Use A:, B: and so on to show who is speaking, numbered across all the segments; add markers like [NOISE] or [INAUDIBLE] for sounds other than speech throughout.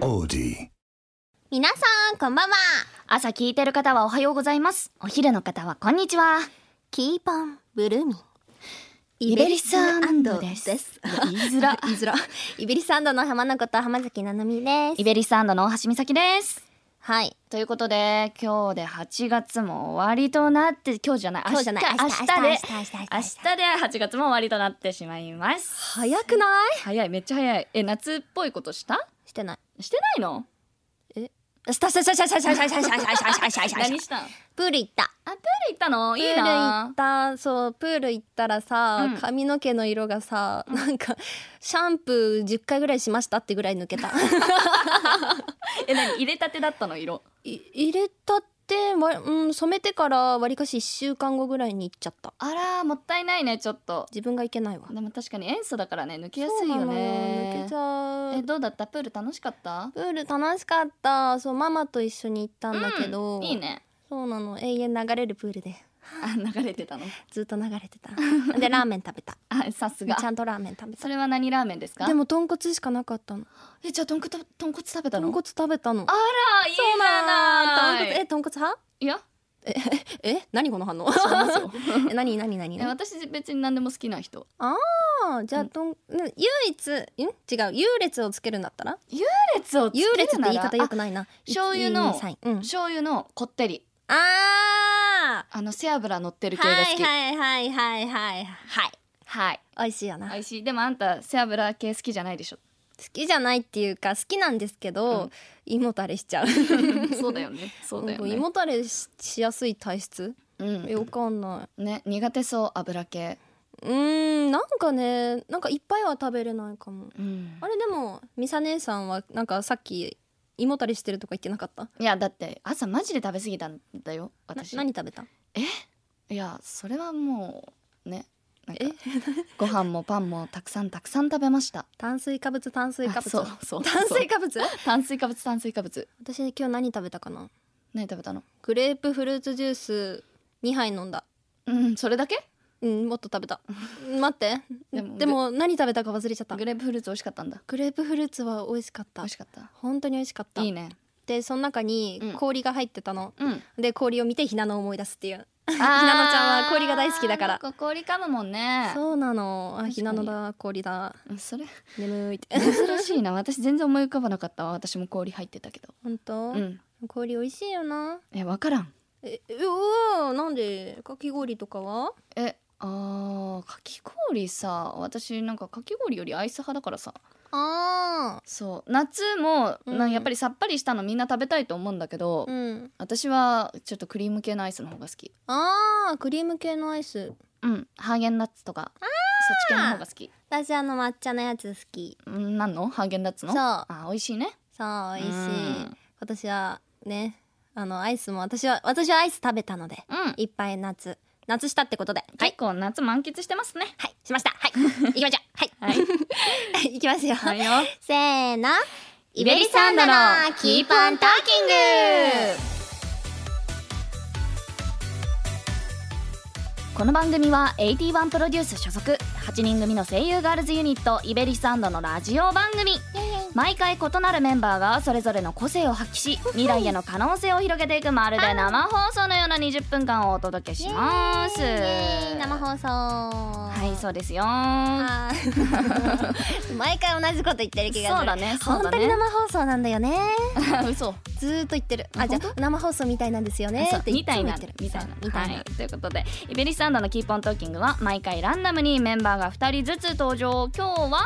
A: melody.
B: 皆さん、こんばんは。
C: 朝聞いてる方はおはようございます。お昼の方はこんにちは。
B: キーパン、ブルーミン。
C: イベリスアンドです
B: です。
C: 言いづら。
B: 言いづら。イベリスアンドの浜のこと浜崎奈々美で
C: イ
B: す。
C: ベリスアンドの大橋美咲です。
B: はい。
C: ということで、今日で8月も終わりとなって、今日じゃない、
B: 今日じゃない。
C: 明日明日で、
B: 明日、明日、
C: 明日で8月も終わりとなってしまいます。
B: 早くない
C: 早い、めっちゃ早い。え、夏っぽいことした
B: してない。
C: してないの
B: したしたしたしたしたしたしたしたしたしたした
C: 何したん
B: プール行った。
C: あ、プール行ったのいい
B: プール行
C: な
B: っ。たそうプール行ったらさ、
C: うん
B: 髪の毛の色がさ、なんかシャンプー10回ぐらいしましたってぐらい抜けた
C: え、何入れたてだったの色。
B: [LAUGHS] い入れたって、わうん、染めてからわりかし1週間後ぐらいに行っちゃった
C: あら、もったいないね、ちょっと。
B: 自分がいけないわ
C: でも確かに塩素だからね、抜けやすいよ
B: そうなの抜
C: ね
B: けち。ゃ
C: え、
B: う
C: どうだったプール楽しかった
B: プール楽しかったそうママと一緒に行ったんだけど、
C: うんいいね
B: そうなの永遠流れるプールで
C: あ流れてたの
B: ずっと流れ
C: [LAUGHS]
B: てたでラーメン食べた
C: あさすが
B: ちゃんとラーメン食べ
C: そ
B: た
C: れは何ラーメンですか
B: でも豚骨しかなかったの
C: えじゃあ豚骨豚骨食べたの
B: 豚骨食べたの
C: あらいいじ
B: そうな
C: ゃ
B: んだ
C: ない
B: 豚骨え豚骨派
C: いや
B: え何この反応 [LAUGHS] え何何何
C: え
B: 何
C: [LAUGHS] 私別に何でも好きな人
B: あーじゃあ、
C: うん
B: どんね唯一ん違う優劣をつけるんだったら
C: 列を
B: 優劣って言い方よく
C: ない
B: ないな
C: 醤油の
B: 1 2 3うん
C: 醤油のこってり
B: あ
C: あの背脂乗ってる
B: ー
C: 系が好きはい、
B: はいはいはいはいはい美味しいよな、
C: 美味しいでもあんた背脂系好きじゃないでしょ [LAUGHS]
B: 好きじゃないっていうか好きなんですけど、
C: うん
B: 胃もたれしち [LAUGHS] ゃう
C: そうだよねそうだよ
B: なんか胃
C: ね
B: もたれししやすい体質
C: うん
B: よくわかんない
C: ね苦手そう油系
B: うーんなんかねなんかいっぱいは食べれないかも
C: うん
B: あれでもミサ姉さんはなんかさっき胃もたれしてるとか言ってなかった
C: いやだって朝マジで食べ過ぎたんだよ
B: な
C: 私
B: 何食べた
C: いやそれはもうねなん
B: [LAUGHS]
C: かご飯もパンもたくさんたくさん食べました
B: 炭水化物炭水化
C: あ
B: 物
C: そうそう
B: [LAUGHS] 炭水化物
C: そう炭水化物炭水化物
B: 私今日何食べたかな
C: 何食べたの
B: グレープフルーツジュース2杯飲んだ
C: うんそれだけ
B: うんもっと食べた [LAUGHS] 待ってで
C: で
B: も
C: も
B: 何食べたか忘れちゃった
C: グレープフルーツ美味しかったんだ
B: グレープフルーツは美味しかっ
C: 美
B: た
C: 味しかった
B: 本当に美味しかった
C: いいね
B: でその中
C: う
B: に
C: ん
B: 氷が入ってたの、 [LAUGHS]
C: うん
B: で氷を見てひなのを思い出すっていう
C: ひなのち
B: ちゃんは氷が大好きだから
C: 氷噛むもんね
B: そうなのあ
C: 確かに
B: ひなのだ氷だ
C: うんそれ
B: 眠いって
C: 珍しいな私全然思い浮かばなかったわ私も氷入ってたけど
B: [LAUGHS] 本当、
C: うん
B: 氷美味しいよな
C: え分からん
B: えうおなんでかき氷とかは
C: えあーかき氷さ私なんかかき氷よりアイス派だからさ
B: あ
C: そう夏も、
B: うん
C: なやっぱりさっぱりしたのみんな食べたいと思うんだけど、
B: あうん
C: 私はちょっとクリーム系のアイスの方が好き
B: あークリーム系のアイス
C: うんハーゲンダッツとかそっち系の方が好き
B: 私あの抹茶のやつ好き
C: うんなんのハーゲンダッツの
B: そう
C: あ美味しいね
B: そう美味しい
C: うん
B: 私はねあのアイスも私は私はアイス食べたので
C: うん、
B: いっぱい夏夏したってことではい
C: 結構夏満喫してますね
B: はいしましたはい行きましょうはい、はい、 [LAUGHS] 行きますよ、
C: はいよ
B: せーの
C: イベリサンドのキープオントーキングこの番組は81プロデュース所属8人組の声優ガールズユニットイベリスアンドのラジオ番組毎回異なるメンバーがそれぞれの個性を発揮し未来への可能性を広げていくまるで生放送のような20分間をお届けします
B: イエーイ生放送は
C: はいそうですよ
B: あー [LAUGHS] 毎回同じこと言ってる気がする
C: そうだねそう
B: 本
C: だ
B: 当に
C: ね
B: 生放送なんだよね
C: [LAUGHS] 嘘
B: ずーっと言ってるあじゃ
C: 本
B: あ生放送みたいなんですよね
C: そう
B: ってい
C: み
B: つ
C: た
B: も
C: い
B: 言
C: な
B: ってる
C: みたいな
B: そうみたいな、
C: はい、ということでイベリスアンドのキーポントーキングは毎回ランダムにメンバーが2人ずつ登場今日は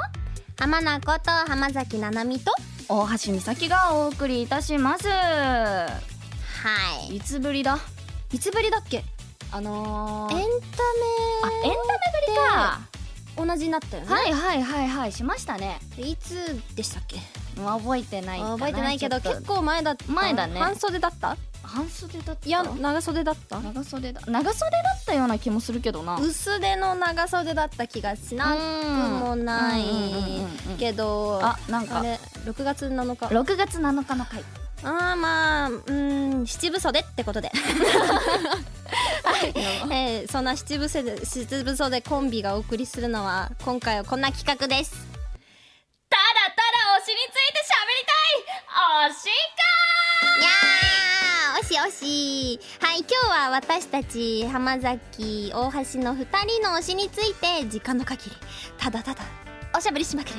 B: 浜名こと浜崎奈々美と
C: 大橋美咲がお送りいたします
B: はい
C: つぶりだ
B: いいつぶりだっけエン
C: あの
B: タ
C: ー、
B: メ
C: あエンタメぶりか
B: 同じになったよね、
C: はいはいはいはいしましたね
B: い、つでしたっけ
C: まあ覚えてないかな
B: 覚えてないけど
C: ちょっと
B: 結構前だった
C: 前だね
B: 半袖だった
C: 半袖だった
B: いや長袖だった
C: 長袖だ長袖だったような気もするけどな
B: 薄手の長袖だった気がしなくもない
C: うんうんうんうんうん
B: けど
C: あなん
B: あ
C: か
B: れ6月7日
C: 6月7日の回
B: ああまあうーん七分袖って [LAUGHS] ことで、 [LAUGHS] えーそんな七分袖七分袖コンビがお送りするのは今回はこんな企画です
C: ただただお尻ついて喋りたいし
B: やー惜しい惜しいはい今日は私たち浜崎大橋の2人の推しについて時間の限りただただおしゃべりしまくる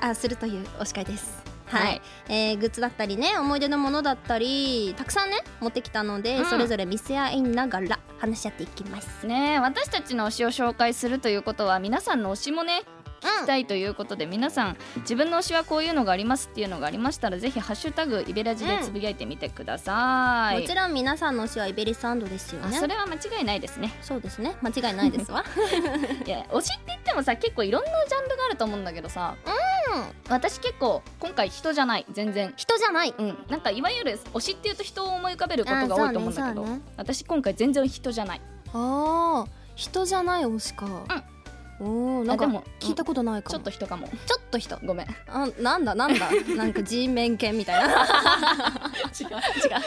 B: あするという推し会ですはい、
C: はい
B: えーグッズだったりね思い出のものだったりたくさんね持ってきたので、
C: うん
B: それぞれ見せ合いながら話し合っていきます
C: かねえ私たちの推しを紹介するということは皆さんの推しもね聞きたいということで、皆さん自分の推しはこういうのがありますっていうのがありましたらぜひハッシュタグイベラジでつぶやいてみてください、
B: もちろん皆さんの推しはイベリスアンドですよ
C: あ
B: ね
C: それは間違いないですね
B: そうですね間違いないですわ
C: いや推しって言ってもさ結構いろんなジャンルがあると思うんだけどさうん私結構今回 [LAUGHS] 人じゃない全然
B: 人じゃない
C: うんなんかいわゆる推しっていうと人を思い浮かべることが多いと思うんだけ
B: あそ
C: ど、
B: うねそうね
C: 私今回全然人じゃない
D: あー人じゃない推しか、おおなん
C: あ
D: か
C: でも
D: 聞いたことないか
C: ちょ
D: も、
C: っと人かも
B: ちょっと人
C: ごめん違
D: あなんだなんだなんか人面犬みたいな
C: [LAUGHS] う違う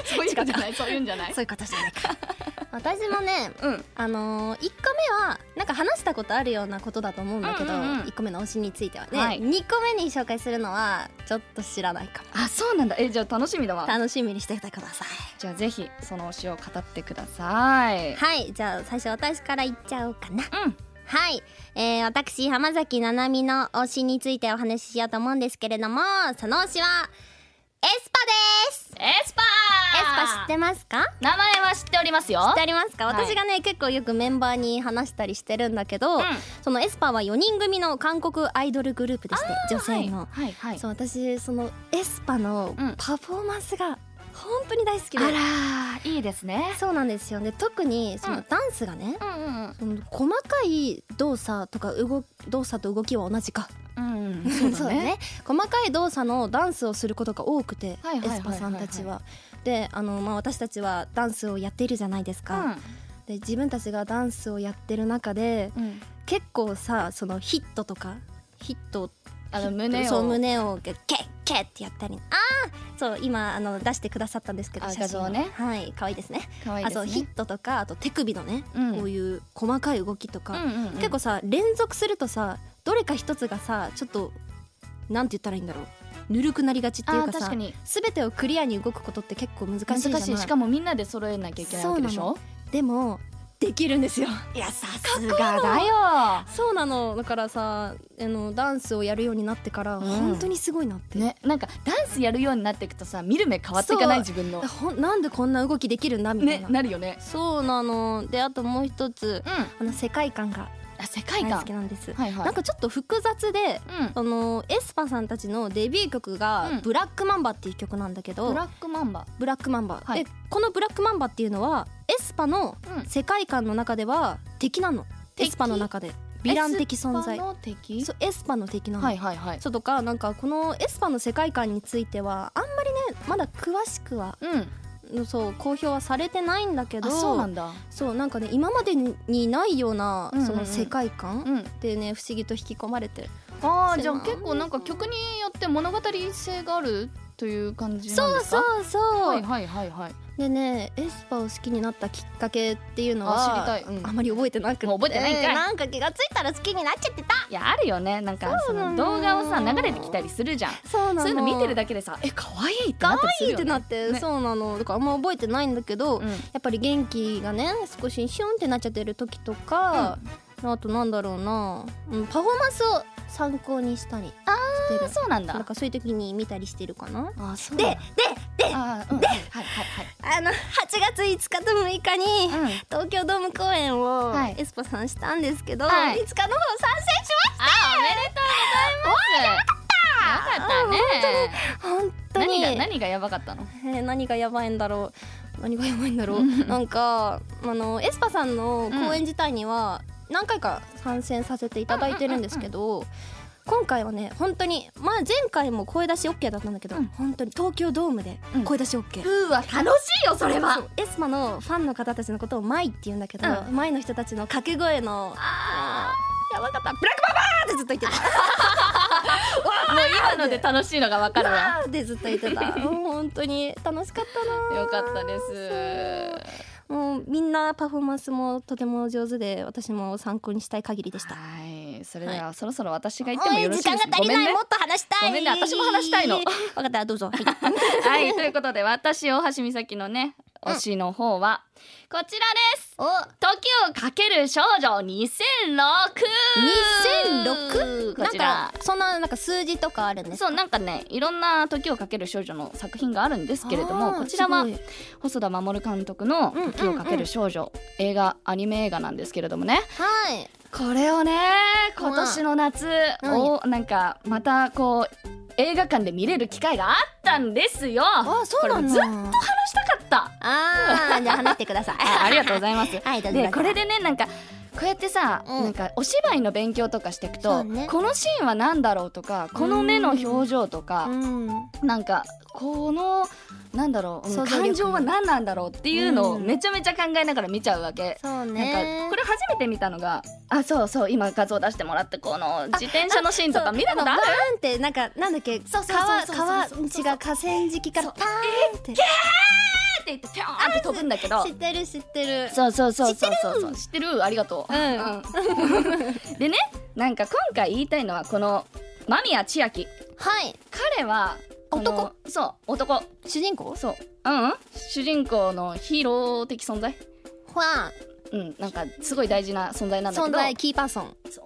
C: そういうんじゃない [LAUGHS] そういうんじゃない
D: そういう形じゃないか
B: 私もね
C: うん
B: あのー、1個目はなんか話したことあるようなことだと思うんだけど、
C: う
B: 一
C: んうんうん
B: 1個目の推しについてはね、
C: はい
B: 2個目に紹介するのはちょっと知らないかも
C: あそうなんだえじゃあ楽しみだわ
B: 楽しみにしててください
C: じゃあぜひその推しを語ってください
B: はいじゃあ最初私から言っちゃおうかな
C: うん
B: はい、えー、私浜崎奈々美の推しについてお話ししようと思うんですけれどもその推しはエスパです
C: エスパ
B: エ
C: ー
B: スパ知ってますか
C: 名前は知っておりますよ
B: 知ってありますか、
C: はい
B: 私がね結構よくメンバーに話したりしてるんだけど、
C: うん
B: そのエスパーは4人組の韓国アイドルグループでして女性の、
C: はいはい、はい
B: そう私そのエスパの
C: うん
B: パフォーマンスが本当に大好きで、
C: あらーいいですね
B: そうなんですよね特にそうの
C: ん
B: ダンスがね、
C: うんうん
B: その細かい動作とか動動作と動きは同じか
C: うん、うん、そうだね
B: 細かい動作のダンスをすることが多くて、
C: はいはいはいはいはい
B: エスパさんたちは。であの、まあ、私たちはダンスをやっているじゃないですか。で自分たちがダンスをやってる中で
C: うん、うん、
B: 結構さそのヒットとかヒット
C: あの胸を
B: そう胸をゲッゲッってやったりああそう今あの出してくださったんですけど
C: あ
B: 写真
C: 画像ね
B: はい可愛いですね
C: 可愛いです
B: あと
C: ね
B: ヒットとかあと手首のね、
C: うん
B: こういう細かい動きとか、
C: うんうんうん
B: 結構さ連続するとさどれか一つがさちょっとなんて言ったらいいんだろうぬるくなりがちっていう
C: あー
B: か
C: 確
B: さ
C: かに
B: 全てをクリアに動くことって結構難しい
C: 難
B: じゃない
C: しいしかもみんなで揃えなきゃいけないわけでしょ
B: でもできるんですよいやさす
C: がだよ
B: そうなのだからさあのダンスをやるようになってから、
C: ん
B: 本当にすごいなって、
C: ねなんかダンスやるようになっていくとさ見る目変わっていかない自分の
B: ほんなんでこんな動きできるんだみたい
C: ね
B: な、
C: なるよね
B: そうなのであともう一つ
C: うん
B: あの世界観が
C: あ世界
B: 大
C: 観
B: 好きなんです、
C: はいはい
B: なんかちょっと複雑で
C: うん
B: あのエスパさんたちのデビュー曲
C: うん
B: が「ブラックマンバ」っていう曲なんだけど、
C: ブラックマンバ
B: ブラックマンバ、
C: はい
B: でこの「ブラックマンバ」っていうのはエスパの
C: うん
B: 世界観の中では敵なのエ
C: 敵
B: スパの中でヴィラン的存在
C: エスパの敵
B: そうエスパの敵なの、
C: はいはいはい
B: そうとかなんかこのエスパの世界観についてはあんまりねまだ詳しくは
C: うん
B: そう公表はされてないんだけど
C: あそうなんだ
B: そうなんかね今までにないような
C: うんうんうん
B: その世界観
C: うん
B: でね不思議と引き込まれてる
C: あー
B: そう
C: じゃあ結構なんか曲によって物語性があるという感じなん
B: そ
C: で
B: う
C: すか
B: そうそう、
C: はいはいはいはい
B: でねエスパを好きになったきっかけっていうのは
C: あ知りたいうん
B: あまり覚えてなくて
C: もう覚えてないんかい
B: なんか気がついたら好きになっちゃってた
C: いやあるよねなんかそ
B: そうな
C: の
B: の
C: 動画をさ流れてきたりするじゃん
B: そうな
C: そういうの見てる
B: だ
C: だけでさえ可愛いってな
B: 可
C: ったりす
B: 愛いっ
C: るよ
B: て
C: ね
B: なって、
C: ね
B: そうなのだからあんま覚えてないんだけど、
C: うん
B: やっぱり元気がね少しシュンってなっちゃってる時とか、あとなんだろうな、うん、パフォーマンスを参考にしたりしてる
C: そうなんだ
B: なんかそういう時に見たりしてるかな
C: あそう
B: ででで
C: あーうんはいはいはい
B: あの8月5日と6日に、
C: うん
B: 東京ドーム公演を
C: はい
B: エスパさんしたんですけど、
C: はい
B: い、つかの方参戦し
C: あおめでとうございますよかった
B: ます
C: ね
B: 本当に
C: 何が何がやばかったの
B: えー何がやばいんだろう何がやばいんだろ
C: う
B: うんなんかあのエスパさんの公演自体には何回か参戦させていただいてるんですけど、今回はね本当にまあ前回も声出し OK だったんだけど、
C: うん
B: 本当に東京ドームで
C: うん
B: 声出し OK、
C: うわ楽しいよそれは
B: そうエスパのファンの方たちのことを「マイ」って言うんだけど、
C: う
B: マイの人たちの掛け声の
C: あ
B: やばかったブラックババーってずっと言ってた
C: ーもう今ので楽しいのがわかるわ
B: あーってずっと言ってたもう本当に楽しかったな
C: よかったです
B: もうみんなパフォーマンスもとても上手で私も参考にしたい限りでした
C: はいそれではそろそろ私が言っても
B: おい
C: よろしいです
B: 時間が足り
C: ご
B: ない、
C: めんね
B: もっと話したい
C: ごめんね私も話したいの
B: 分かったどう
C: [LAUGHS]
B: ぞ、はい
C: はいということで私大橋美咲のね
B: うん
C: 推しの方は、こちらです
B: お
C: 時をかける少女2006
B: 2006
C: こち
B: な
C: ら
B: んかそんななんか数字とかあるんですか
C: そうなんかねいろんな時をかける少女の作品があるんですけれども
B: あー
C: こちらは
B: すごい
C: 細田守監督の
B: うんうんうん
C: 「時をかける少女」映画アニメ映画なんですけれどもね
B: はい
C: これをね今年の夏
B: うん
C: をなんかまたこう映画館で見れる機会があったんですよ
B: あそうな
C: これ
B: の
C: ずっと話したかった
B: あー [LAUGHS] じゃあ話してください
C: あありがとうございます
B: はいどうぞどう
C: で
B: ぞ
C: これでねなんかこうやってさ、
B: うん
C: なんかお芝居の勉強とかしていく
B: そ
C: と、
B: うね
C: このシーンは何だろうとかこの目の表情とか、
B: うん
C: なんかこのなんだろううん
B: 想像力
C: 感情は何なんだろうっていうのを
B: うん
C: めちゃめちゃ考えながら見ちゃうわけ。
B: そう
C: なんか
B: ね
C: これ初めて見たのがあそうそう今画像出してもらってこの自転車のシーンとか見たことある
B: パンってなんかなんだっけ
C: そうそうそうそう
B: 川
C: そうそうそう
B: 川違う河川敷からパーンって
C: って言ってピョーンって飛ぶんだけど
B: 知ってる知ってる
C: そうそうそうそうそうそう知ってるありがとう、
B: うん
C: うん [LAUGHS] でねなんか今回言いたいのはこの間宮千秋
B: はい
C: 彼はこの
B: 男
C: そう男
B: 主人公
C: そううんうん主人公のヒーロー的存在
B: は
C: うんなんかすごい大事な存在なんだけ
B: 存
C: ど
B: 在キーパーソン
C: そう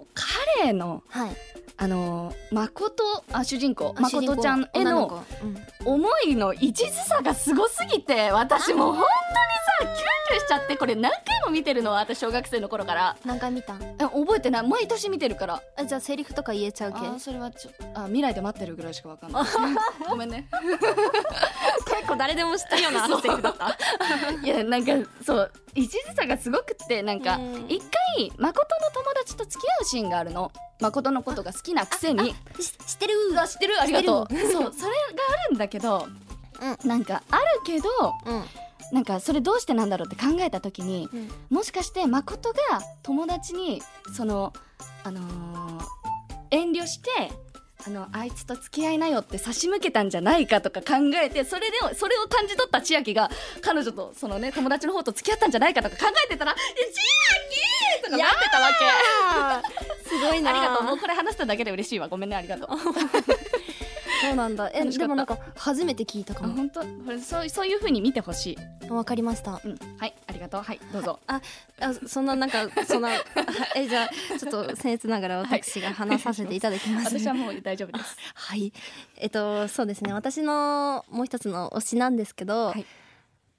C: 彼の
B: はい
C: あのー誠あ主人公
B: 主人
C: 誠
B: 公
C: ちゃんへ
B: 女
C: の
B: 子うん
C: 思いの一途さがすごすぎて私もう本当にさキュンキュンしちゃってこれ何回も見てるの私小学生の頃から
B: 何回見たん
C: え覚えてない毎年見てるから
B: あじゃあセリフとか言えちゃう
C: あ
B: け
C: ーそれはちょあ未来で待ってるぐらいしかわか [LAUGHS] んないごめんね
B: 結構誰でも知ってるようなセリフだった
C: いやなんかそう一途さがすごくってなんか
B: うん
C: 一回誠の友達と付き合うシーンがあるの誠のことが好きなくせに
B: し知ってる
C: うわ知ってるありがとうそうそれがあるんだけど、
B: う
C: なんかあるけど
B: うん
C: なんかそれどうしてなんだろうって考えた時に
B: うん
C: もしかして誠が友達にそのあのー遠慮してあのあいつと付き合いなよって差し向けたんじゃないかとか考えてそれでそれを感じ取った千秋が彼女とそのね友達の方と付き合ったんじゃないかとか考えてた [LAUGHS] ら「いや千秋!」とかなってたわけ。
B: すごい
C: あ
B: な
C: りがとうもうこれ話しただけで嬉しいわごめんねありがとう。
B: そうなんだえ
C: 楽しか
B: で
C: った
B: もなんか初めて聞いたか
C: あ
B: も
C: 本当これそうそういう風に見てほしい。
B: わかりました
C: うんはいありがとうはいどうぞ。
B: あそんななんかそ [LAUGHS] んなえじゃあちょっと僭越ながら私が話させていただきます
C: 私はもう大丈夫です。
B: はいえっとそうですね私のもう一つの推しなんですけど、
C: はい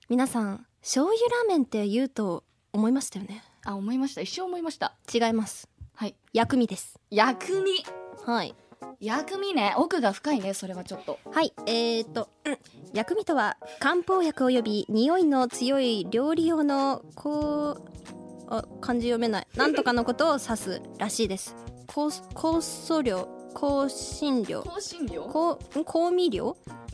B: 皆さん醤油ラーメンって言うと思いましたよね
C: [LAUGHS] あ思いました一生思いました。
B: 違います
C: はい
B: 薬味です
C: 薬味
B: はい
C: 薬味ね奥が深いねそれはちょっと。
B: はいえー、っと、うん薬味とは漢方薬および匂いの強い料理用のこうあ漢字読めないなんとかのことを指すらしいです香香素料香辛料
C: 香辛料。
B: 香ん香味料
C: [LAUGHS]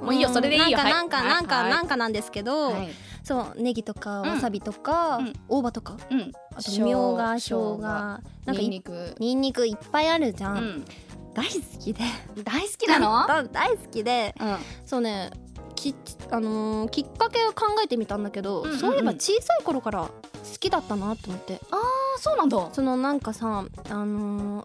C: もういいよそれでいいよはい
B: なんかなんか、
C: は
B: なんか
C: い
B: なんかなんですけど、
C: はい。
B: そうネギとか
C: うん
B: わさびとか、
C: うん
B: 大葉とか
C: うん。
B: あとみょうが生姜
C: な
B: なんん
C: か
B: か
C: ニン
B: い
C: ニク。
B: にんにくいっぱいあるじゃ、
C: うんん。
B: 大好きで
C: 大好きなの？
B: だ [LAUGHS] 大好きで
C: うん。
B: そうねき,、あのーきっかけを考えてみたんだけど、
C: うんうんうん
B: そういえば小さい頃から好きだったなと思って
C: あそうなんだ。
B: そのなんかさあのー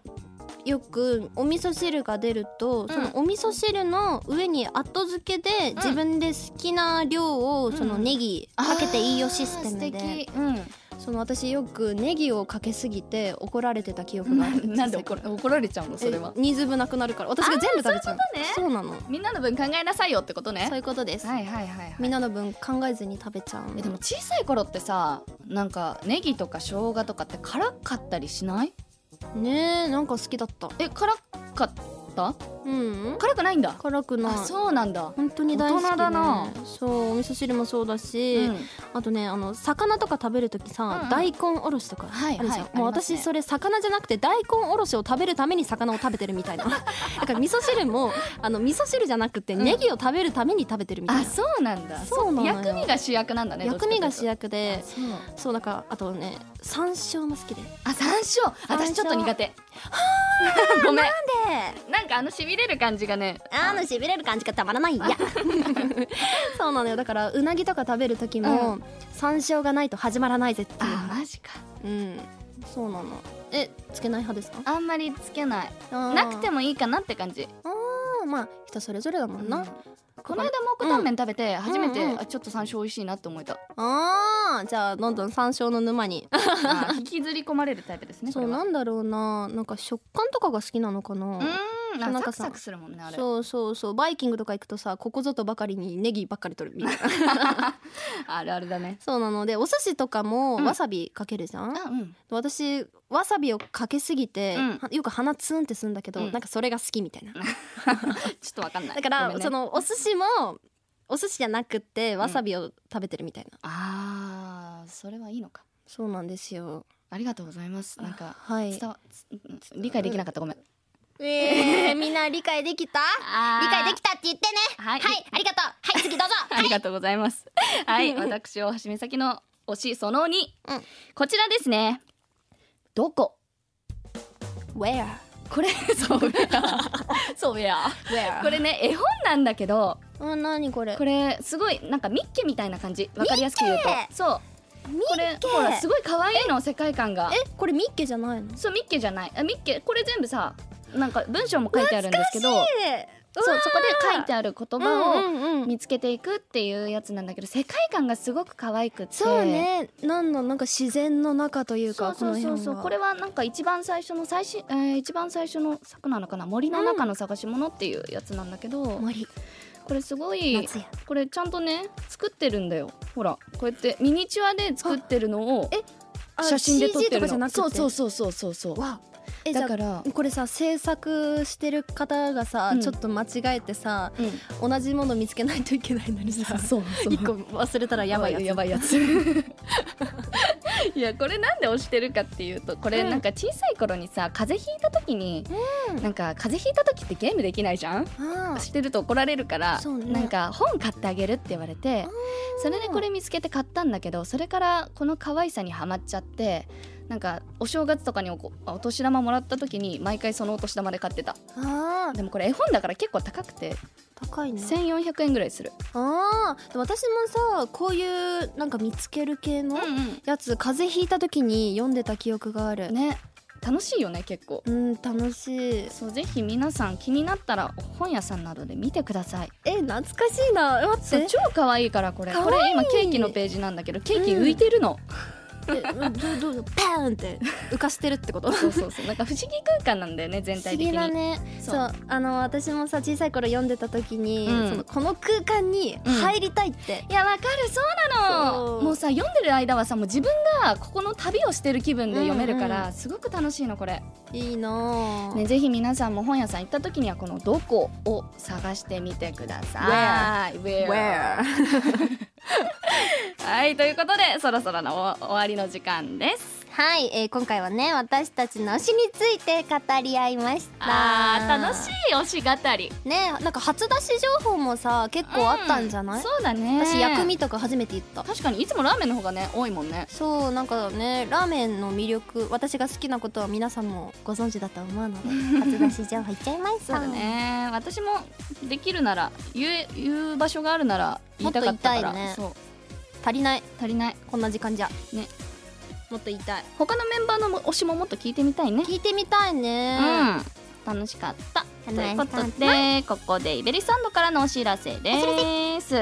B: よくお味噌汁が出ると、そのお味噌汁の上に後付けで自分で好きな量をそのネギかけていいよシステムで、
C: あー素敵。うん。
B: その私よくネギをかけすぎて怒られてた記憶がある
C: なんで怒ら怒られちゃうのそれは
B: え。ニーズ分なくなるから私が全部食べちゃう
C: あー
B: そ
C: そう
B: なの
C: みんなの分考えなさいよってことね
B: そう。いうことです、
C: はいはいはいはい
B: みん。なの分考えずに食べちゃうの
C: えでも小さい頃ってさなんかネギとか生姜とかって辛かったりしない
B: ねえなんか好きだった
C: え辛かった
B: うん
C: 辛くないんだ
B: 辛くない
C: あそうなんだ、
B: 本当に大好き、ね、
C: 大人だな
B: そうお味噌汁もそうだし、
C: うん、
B: あとねあの魚とか食べるとき
C: うん
B: さ、
C: うん
B: 大根おろしとかあ
C: は
B: る
C: い
B: じゃん、
C: はい
B: もう
C: ありますね
B: 私それ魚じゃなくて大根おろしを食べるために魚を食べてるみたい
C: [LAUGHS]
B: なだから味噌汁もあの味噌汁じゃなくて
C: うん
B: ネギを食べるために食べてるみたいな、
C: あそうなんだ
B: そうなのよ
C: 薬味が主役なんだね
B: 薬味が主
C: 役
B: 役でそうだからあとね山椒も好きで
C: あ山椒私ちょっと苦手ごめんなんかあのしびれる感じがね
B: あのしびれる感じがたまらないいや [LAUGHS] そうなのよだからうなぎとか食べる時も、山椒がないと始まらないぜっていう
C: あマジか
B: うんそうなのえつけない派ですか
C: あんまりつけない
B: あー
C: なくてもいいかなって感じ
B: あーまあ人それぞれだもんな、
C: うんこの間蒙古タンメン食べて初めて、
B: うんうん
C: あちょっと山椒美味しいなって思え
B: [LAUGHS]
C: た、
B: あーじゃあどんどん山椒の沼に
C: まあ引きずり込まれるタイプですねこ
B: [LAUGHS] そ
C: れ
B: う
C: は
B: なんだろうななんか食感とかが好きなのかな
C: うーん
B: そうな
C: あ
B: ん
C: サ
B: か
C: ク
B: さ
C: サクするもんねあれ
B: そうそうそうバイキングとか行くとさここぞとばかりにネギばっかり取るみたいな
C: あるあるだね
B: そうなのでお寿司とかも
C: うん
B: わさびかけるじゃん、
C: あうん
B: 私わさびをかけすぎて、
C: うん
B: はよく鼻ツンってするんだけど、
C: うん
B: なんかそれが好きみたいな
C: ちょっとわかんない
B: だから、
C: ごめんね
B: そのお寿司もお寿司じゃなくってわさびを食べてるみたいな、
C: あーそれはいいのか
B: そうなんですよ
C: ありがとうございますなんか
B: はい
C: 伝わつ理解できなかったごめん
B: えー、みんな理解できた
C: 理
B: 理解できたって言ってね
C: はい
B: はいありがとうはい次どうぞ
C: [LAUGHS] ありがとうございます。はい、私大橋美咲の推しその2、
B: うん
C: こちらですね。どこ？
B: Where?
C: これ [LAUGHS] そうウェア、そうウェア。
B: Where?
C: これ
B: [LAUGHS]
C: ね絵本なんだけど、
B: あ何これ
C: これすごいなんかミッケみたいな感じ。わかりやすく言う
B: ミッ
C: と、そう。
B: ミ
C: これほらす
B: ごい
C: ごい可愛いの世界観が。
B: えこれミッケじゃないの
C: そうミッケじゃない。あミッケこれ全部さ。なんか文章も書いてあるんですけどそうそこで書いてある言葉
B: うん
C: を
B: うんうん
C: 見つけていくっていうやつなんだけど世界観がすごく可愛くて
B: そうねなんのなんか自然の中というか
C: そうそうそうそ
B: こ
C: う
B: の辺は
C: これはなんか一番最初の最新、えー一番最初の作なのかな森の中の探し物っていうやつなんだけど、
B: 森
C: これすごい
B: 夏や
C: これちゃんとね作ってるんだよほらこうやってミニチュアで作ってるのを
B: えあ
C: 写真で撮ってる
B: CG とか
C: の
B: じゃなくて
C: そうそうそうそうそうそう
B: わえじゃ
C: だ
B: あ
C: から、
B: これさ制作してる方がさ、
C: うん
B: ちょっと間違えてさ
C: うん、
B: 同じもの見つけないといけないのに [LAUGHS] さ
C: そうそう
B: 一個忘れたらや
C: や
B: ばい
C: ば
B: や
C: い
B: つ
C: やばいやつ [LAUGHS] いやこれなんで押してるかっていうとこれ
B: うん
C: なんか小さい頃にさ風邪ひいた時に、
B: うん
C: なんか風邪ひいた時ってゲームできないじゃん
B: あー
C: してると怒られるから、
B: そうね
C: なんか本買ってあげるって言われてそれでこれ見つけて買ったんだけどそれからこの可愛さにはまっちゃってなんかお正月とかにおこお年玉もらった時に毎回そのお年玉で買ってた
B: あー
C: でもこれ絵本だから結構高くて
B: 高いね
C: 1400円ぐらいする、
B: あーでも私もさこういうなんか見つける系の
C: う
B: やつ、風邪ひいた時に読んでた記憶がある、
C: ん、ね楽しいよね結構
B: うん楽しい
C: そうぜひ皆さん気になったら本屋さんなどで見てください
B: え懐かしいな待
C: そう
B: って
C: 超可愛いからこれ
B: 可愛い
C: これ今ケーキのページなんだけどケーキ浮いてるの、
B: えどうどうパーンって浮かしてるってこと
C: そうそうそうなんか不思議空間なんだよね [LAUGHS] 全体的に
B: 不思議だね
C: そ
B: そううあの私もさ小さい頃読んでた時に、
C: うん
B: そのこの空間に入りたいって、
C: いやわかるそうなの
B: そう
C: もうさ読んでる間はさもう自分がここの旅をしてる気分で読めるから、
B: うん
C: すごく楽しいのこれ、
B: いいなあ、
C: ね、ぜひ皆さんも本屋さん行った時にはこの「どこ」を探してみてください Where?
B: Where?
C: はいということでそろそろのお終わりの時間です
B: [LAUGHS] はい、えー今回はね私たちの推しについて語り合いました
C: あー楽しい推し語り
B: いねなんか初出し情報もさ結構あったんじゃない、
C: うそうだね
B: 私薬味とか初めて言った
C: 確かにいつもラーメンの方がね多いもんね
B: そうなんかねラーメンの魅力私が好きなことは皆さんもご存知だと思うので
C: [LAUGHS]
B: 初出し情報いっちゃいました
C: そうだね私もできるなら言え言う場所があるなら言いたかったか
B: も
C: ら
B: っと言いたいね
C: そう
B: 足りない
C: 足りない
B: こんな時間じゃ
C: ね
B: もっと言いたい
C: 他のメンバーのも推しももっと聞いてみたいね
B: 聞いてみたいね、
C: うん楽しかったということでここでイベリサンドからのお知らせです、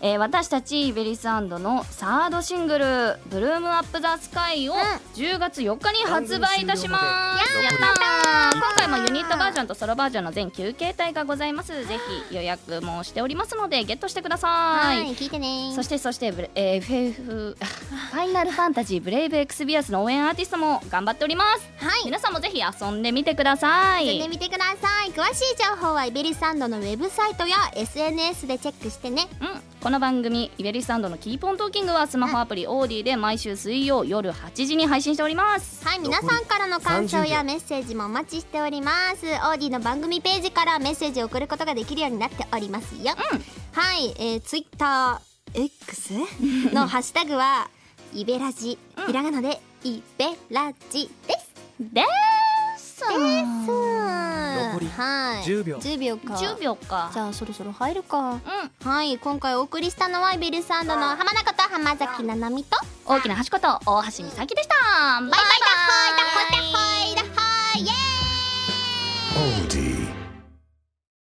C: えー私たちイベリサンドのサードシングル「ブルームアップ・ザ・スカイ」を
B: うん
C: 10月4日に発売いたします、
A: や
C: や
A: っ
C: ったたー今回もユニットバージョンとソロバージョンの全9形態がございますぜひ予約もしておりますのでゲットしてください
B: 聞いてね
C: そしてそしてブレ、えー FF ファイナルファンタジーブレイブエクスビアスの応援アーティストも頑張っております
B: はい
C: 皆さんもぜひ遊んでみてください
B: 遊んでみてください詳しい情報はイベリサンドのウェブサイトや SNS でチェックしてね
C: うん、この番組「イベリスタンドのキーポントーキング」はスマホアプリオーディで毎週水曜夜8時に配信しております
B: はい皆さんからの感想やメッセージもお待ちしておりますオーディの番組ページからメッセージを送ることができるようになっておりますよ、はい、えー、ツイッター X のハッシュタグは [LAUGHS] イベラジ、ひらがなでイベラジです
C: です
B: です
A: 残り
B: はい
A: 10秒
B: 10秒か
C: 10秒か
B: じゃあそろそろ入るか
C: うん
B: はい今回お送りしたのはイベルサンドの浜中と浜崎ななみと
C: 大きな橋こと大橋美咲でしたバイバイ
B: バイバイ
A: own